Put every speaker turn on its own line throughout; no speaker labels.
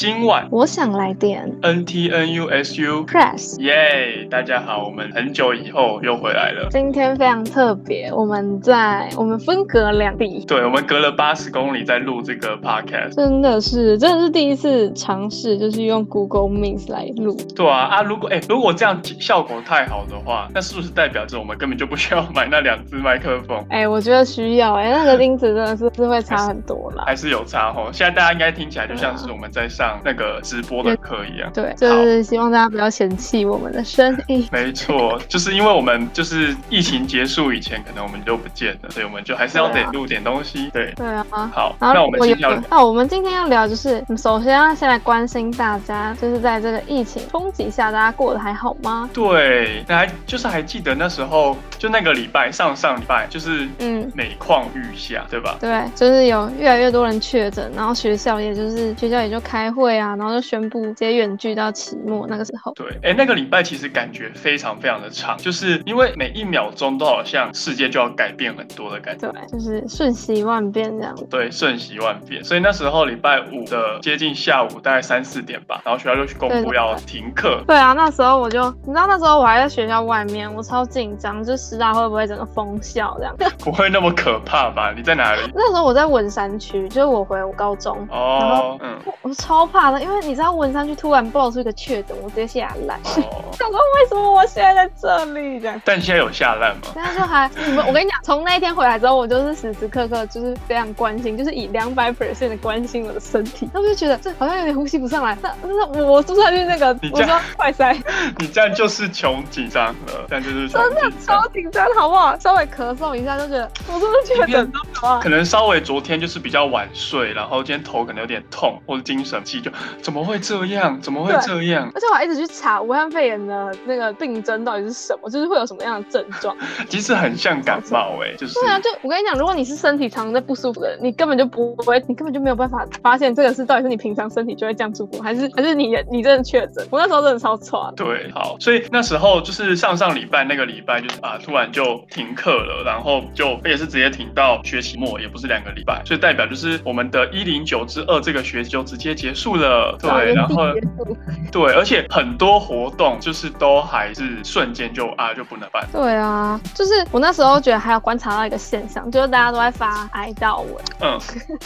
今晚
我想来点
N T N U S U，
press。
耶！大家好，我们很久以后又回来了。
今天非常特别，我们在我们分隔两地，
对，我们隔了八十公里在录这个 podcast。
真的是真的是第一次尝试，就是用 Google Meet 来录。
对啊，啊，如果哎、如果这样效果太好的话，那是不是代表着我们根本就不需要买那两只麦克风？
哎、我觉得需要哎、那个音质真的是是会差很多啦。
还是有差吼，现在大家应该听起来就像是我们在上那个直播的课一样。
对，就是希望大家不要嫌弃我们的声音。
没错，就是因为我们就是疫情结束以前，可能我们就不见了，所以我们就还是要得
对啊
录点东西。对，
对啊。
好，那
然后
我
如
们
果有
今
哦
天要
那我们今天要聊就是，首先要先来关心大家，就是在这个疫情冲击下，大家过得还好吗？
对，那还就是还记得那时候，就那个礼拜，上上礼拜就是
嗯，
每况愈下，对吧？
对，就是有越来越多人确诊，然后学校也就是学校也就开会啊，然后就宣布直接远距到期末那个时候。
对，哎，那个礼拜其实感觉非常非常的长，就是因为每一秒钟都好像世界就要改变很多的感觉。
对，就是瞬息万变这样子。
对，瞬息万变，所以那时候礼拜五的接近下午大概三四点吧，然后学校就去公
对
布
对
要停课，
对啊，那时候我就，你知道那时候我还在学校外面，我超紧张，就师大会不会整个封校这样。
不会那么可怕吧？你在哪里？
那时候我在文山区，就是我回我高中，
哦，嗯，
我我超怕的，因为你知道文山区突然爆出一个确诊，我直接下来，
哦，
想说为什么我现在在这里这样。
但现在有下烂吗？
但是就还，你们我跟你讲，从那一天回来之后，我就是时时刻刻就是非常关心，就是以两百 percent 的关心我的身体。那我就觉得这好像有点呼吸不上来，那那我我是不是要去那个
你？这
我
样
说快塞，
你这样就是穷紧张了，这样就是穷
真的
紧张
超。紧张，好不好？稍微咳嗽一下就觉得我是不是确诊到了啊
可？能稍微昨天就是比较晚睡，然后今天头可能有点痛或者精神气，就怎么会这样？怎么会这样？
而且我还一直去查武汉肺炎的那个病症到底是什么，就是会有什么样的症状。
其实很像感冒哎、就是
对啊，就我跟你讲，如果你是身体常常在不舒服的人，你根本就不会，你根本就没有办法发现这个是到底是你平常身体就会这样舒服，还是还是你你真的确诊？我那时候真的超差的。
对，好，所以那时候就是上上礼拜那个礼拜，就是啊，突然就停课了，然后就也是直接停到学期末，也不是两个礼拜，所以代表就是我们的一零九之二这个学期就直接结束了。
草
对，
原
然
地
后
结束
对，而且很多活动就是都还是瞬间就啊就不能办。
对啊，就是我那时候觉得还有观察到一个现象，就是大家都在发哀悼文。
嗯，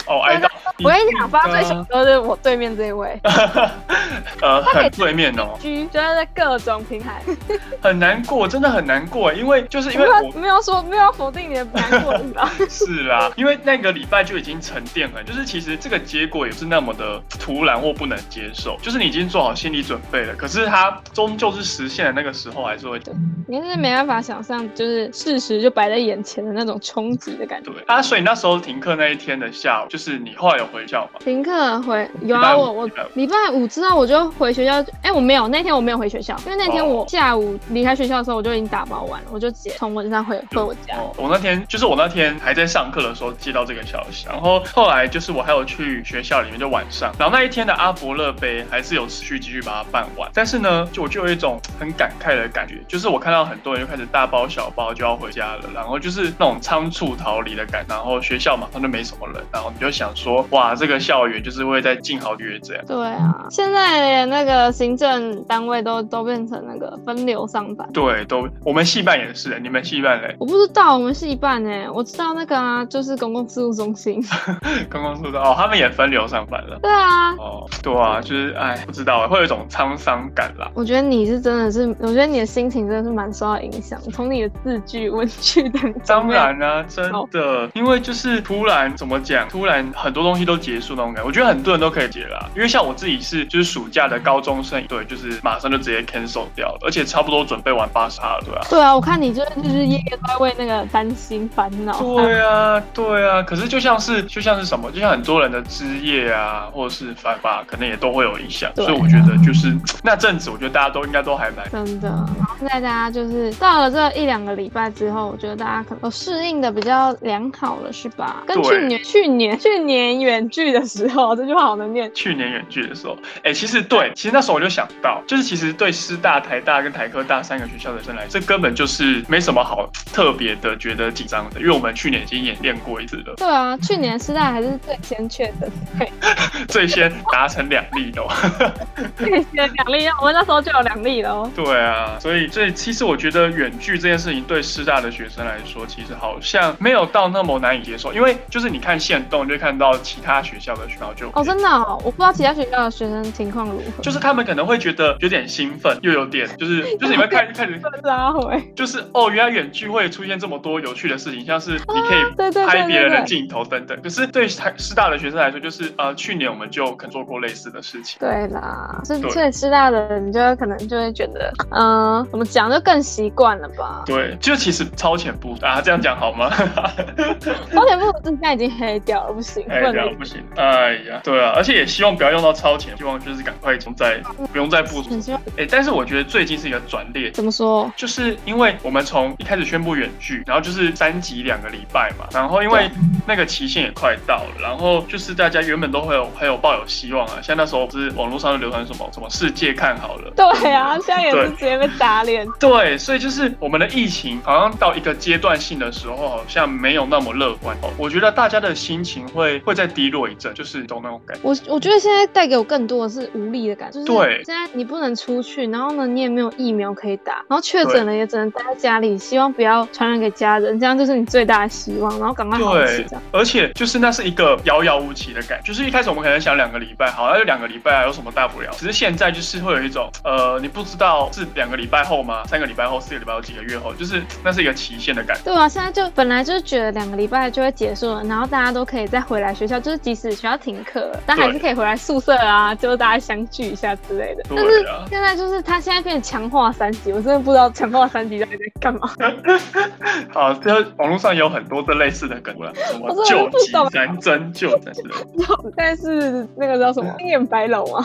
哦，挨到 嗯
我跟你讲，发
啊
最凶的就是我对面这 一位
呃，很对面哦，
居，就是在各种平台，
很难过，真的很难过，因为就是因
没
为
有
我
没有说没有否定你的难过，你知 道吗？
是啦，因为那个礼拜就已经沉淀了，就是其实这个结果也不是那么的突然或不能接受，就是你已经做好心理准备了，可是它终究是实现的那个时候还是会
你是没办法想象，就是事实就摆在眼前的那种冲击的感觉。
对啊，所以那时候停课那一天的下午，就是你后来有回校吗？
停课回有
礼拜
啊，
五
我我
礼拜五
礼拜五之后我就回学校，哎、我没有那天我没有回学校，因为那天
哦
我下午离开学校的时候我就已经打包完了，我就直接从文山回回我家。
哦，我那天就是我那天还在上课的时候接到这个消息，然后后来就是我还有去学校里面就晚上，然后那一天的阿伯勒杯还是有持续继续把它办完，但是呢，就我就有一种很感慨的感觉，就是我看到很多人就开始大包小包就要回家了，然后就是那种仓促逃离的感，然后学校马上就没什么人，然后你就想说，哇，这个校园就是会在进好约这样。
对啊，现在那个行政单位都都变成那个分流上班。
对，都我们戏办也是，你们戏办嘞？
我不知道我们系办哎、我知道那个啊，就是公共事务中心。
刚刚说的哦，他们也分流上班了。
对啊，
哦，对啊，就是哎，不知道啊，会有一种沧桑感啦。
我觉得你是真的是，我觉得你的心情真的是蛮受到影响，从你的字句、文句等中。
当然啊，真的，因为就是突然怎么讲，突然很多东西都结束那种感觉，我觉得很多人都可以解啦。因为像我自己是就是暑假的高中生，对，就是马上就直接 cancel 掉了，而且差不多准备完八十了，对啊。
对啊，我看你就是日日夜夜都在为那个担心烦恼。
对啊，对啊，可是就像是就像是什么，就像很多人的枝叶啊，或者是发吧，可能也都会有影响，
对
所以我觉得就是那阵子，我觉得大家都应该都还蛮
真的，然后现在大家就是到了这一两个礼拜之后，我觉得大家可能都适应的比较良好了，是吧？跟
对
去年、去年、去年远距的时候，这句话好难念。
去年远距的时候，哎、其实对，其实那时候我就想到，就是其实对师大、台大跟台科大三个学校的生来，这根本就是没什么好特别的觉得紧张的，因为我们去年已经演练过一次了，
对啊，去年师大还是最先确诊，
最先达成两例 都。
谢谢两粒药，我们那时候就有两粒了哦。
对啊，所以所以其实我觉得远距这件事情对师大的学生来说，其实好像没有到那么难以接受，因为就是你看线动，你就会看到其他学校的学校就
哦，真的哦、我不知道其他学校的学生情况如何。
就是他们可能会觉得有点兴奋，又有点 就是就是你们看看你
拉回，
就是哦，原来远距会出现这么多有趣的事情，像是你可
啊对对
以
对
拍别人
对
的
对
镜头等等。可是对台师大的学生来说，就是呃，去年我们就可能做过类似的事情。
对啦，所以
对
所以师大的人就会可能就会觉得，嗯、怎么讲就更习惯了吧。
对，就其实超前部啊，这样讲好吗？
高铁部现在已经黑掉了，不行，不
哎
能
呀，不行，哎呀，对啊，而且也希望不要用到超前，希望就是赶快从再
嗯
不用再部署。
很希望
哎，但是我觉得最近是一个转捩点
怎么说？
就是因为我们从一开始宣布远距，然后就是三级两个礼拜嘛，然后因为那个期限也快到了，然后就是大家原本都会有很有抱有希望啊，像那时候不是网络上就流传什么什么世界看好了。
对啊，现在也
对
是直接被打脸。
对，所以就是我们的疫情好像到一个阶段性的时候，好像没有那么乐观。哦我觉得大家的心情会会再低落一阵，就是你懂那种感觉。
我我觉得现在带给我更多的是无力的感觉，就是
对
现在你不能出去，然后呢你也没有疫苗可以打，然后确诊了也只能待在家里，希望不要传染给家人，这样就是你最大的希望，然后赶快好起
对
这样。，
而且就是那是一个遥遥无期的感觉，就是一开始我们可能想两个礼拜，好，那就两个礼拜啊，有什么大不了？只是现在就是会有一种，呃，你不知道是两个礼拜后吗？三个礼拜后、四个礼拜后、几个月后，就是那是一个期限的感觉。
对啊，现在就本来就是觉得两个礼拜就会结束了，然后大家都可以再回来学校，就是即使学校停课了，但还是可以回来宿舍啊，就大家相聚一下之类的。但是
对啊，
现在就是他现在变成强化三级，我真的不知道强化三级到底在干嘛。
好，这网络上有很多这类似的梗了，什么
我真的
救
不
急
懂
三针、救急三针。
但是那个叫什么“青眼白龙”啊，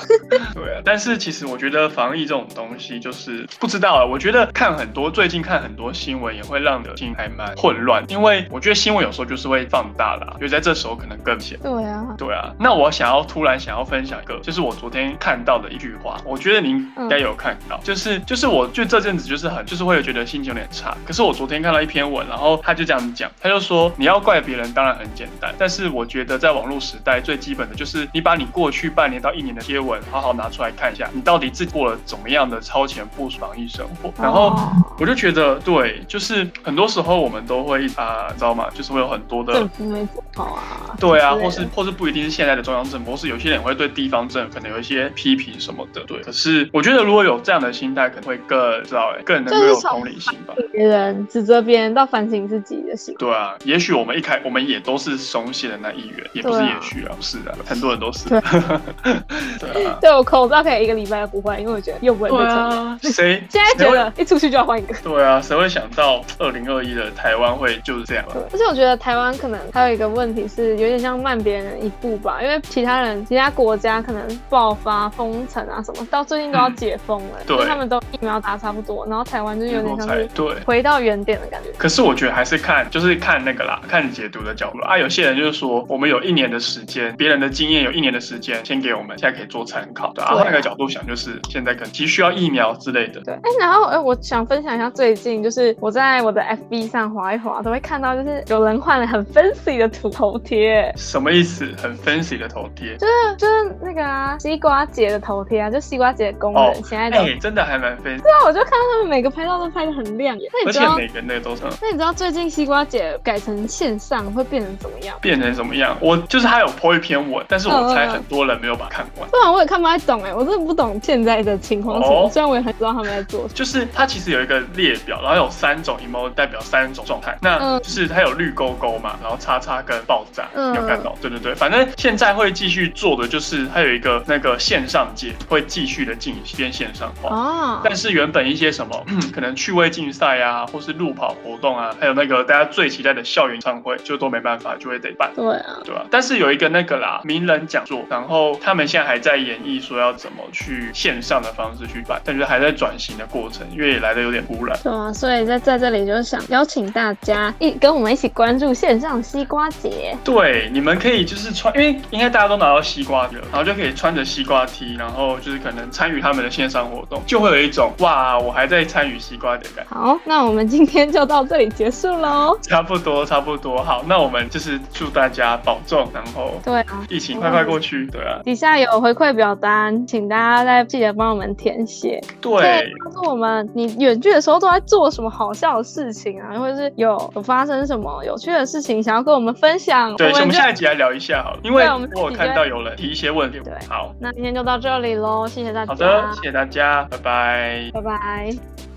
对啊，但是其实我觉得防疫这种东西就是不知道啊。我觉得看很多最近看很多新闻也会让你的心还蛮混乱，因为我觉得新闻有时候就是会放大啦，就在这时候可能更显。
对啊，
对啊，那我想要突然想要分享一个，就是我昨天看到的一句话，我觉得您应该有看到，就是就是我就这阵子就是很就是会有觉得心情有点差，可是我昨天看到一篇文，然后他就这样讲，他就说你要怪别人当然很简单，但是我觉得在网络时代最基本的就是你把你过去半年到一年的贴文好好拿出来看一下，你到底自己过了怎么样的超前部署防疫生活，然后。
哦
我就觉得对，就是很多时候我们都会啊、你知道吗？就是会有很多的
政府没做好啊，
对啊，
之类
或
的
是或是不一定是现在的中央政府，或是有些人会对地方政府可能有一些批评什么的。对，可是我觉得如果有这样的心态，可能会更知道、欸，更能够
就是
有
从
同理心吧。
别人指责别人到反省自己的行为。
对啊，也许我们一开，我们也都是松懈的那一员，也不是
对啊
也许啊，不是啊，很多人都是。
对
对 啊，
对我口罩可以一个礼拜都不换，因为我觉得又不会被
对
传染。
啊，谁
现在觉
谁
得一出去就要换一个。
对啊，谁会想到二零二一的台湾会就是这样啊？
对，而且我觉得台湾可能还有一个问题是，有点像慢别人一步吧，因为其他人、其他国家可能爆发封城啊什么，到最近都要解封了，
嗯对
就他们都疫苗打差不多，然后台湾就有点像
才
是
对。
回到原点的感觉。
可是我觉得还是看，就是看那个啦，看解读的角度啦啊。有些人就是说，我们有一年的时间，别人的经验有一年的时间，先给我们，现在可以做参考。对啊，
对啊
换一个角度想，就是现在可能急需要疫苗之类的。
对，哎、然后哎、我想分享一下最近，就是我在我的 FB 上滑一滑，都会看到就是有人换了很 fancy 的图头贴，
什么意思？很 fancy 的头贴。
就是就是那个啊西瓜姐的头贴啊，就西瓜姐的工人、
哦
现在
哎、
的，对
真的还蛮 fancy，
啊，我就看到他们每个拍照都拍的很亮眼。那
而
你知
且
道
每个那个都是
那你知道最近西瓜姐改成线上会变成怎么样？
变成什么样。我就是他有 po 一篇文，但是我猜
嗯嗯嗯
很多人没有把它看完。
不然我也看不太懂哎、我真的不懂现在的情况是什么。
哦
虽然我也很知道他们在做什么。
就是它其实有一个列表，然后有三种 emo 代表三种状态，那
嗯
就是它有绿勾勾嘛，然后叉叉跟爆炸，
嗯
你有看到？对对对，反正现在会继续做的就是它有一个那个线上界会继续的进行变线上化。
哦，
但是原本一些什么 可能趣味竞赛啊，或是路跑活动啊，还有那个大家最期待的校园演唱会，就都没办法，就会得办。
对啊，
对啊，但是有一个那个啦，名人讲座，然后他们现在还在演绎说要怎么去线上的方式去办，但是还在转型的过程，因为也来的有点突然。
对啊，所以在在这里就是想邀请大家一跟我们一起关注线上西瓜姐。
对，你们可以就是穿，因为应该大家都拿到西瓜了，然后就可以穿着西瓜 T，然后就是可能参与他们的线上活动，就会有一种哇，我还在参与西瓜的感觉。
好，那我们今天就到这里结束喽。
差不多，差不多，好，那我们就是祝大家保重，然后
对啊，
疫情快快过去。对啊，
底下有回馈表单，请大家再记得帮我们填写。
对，
告诉我们你远距的时候都在做什么好笑的事情啊，或者是有有发生什么有趣的事情想要跟我们分享。
对，
我
我
们
们
就
下一集来聊一下好了，因为
对我们
我有
自己
看
觉得
到有人提一些问题
对，
好，
那今天就到这里喽，谢谢大家，
好的，谢谢大家，拜拜。
拜拜。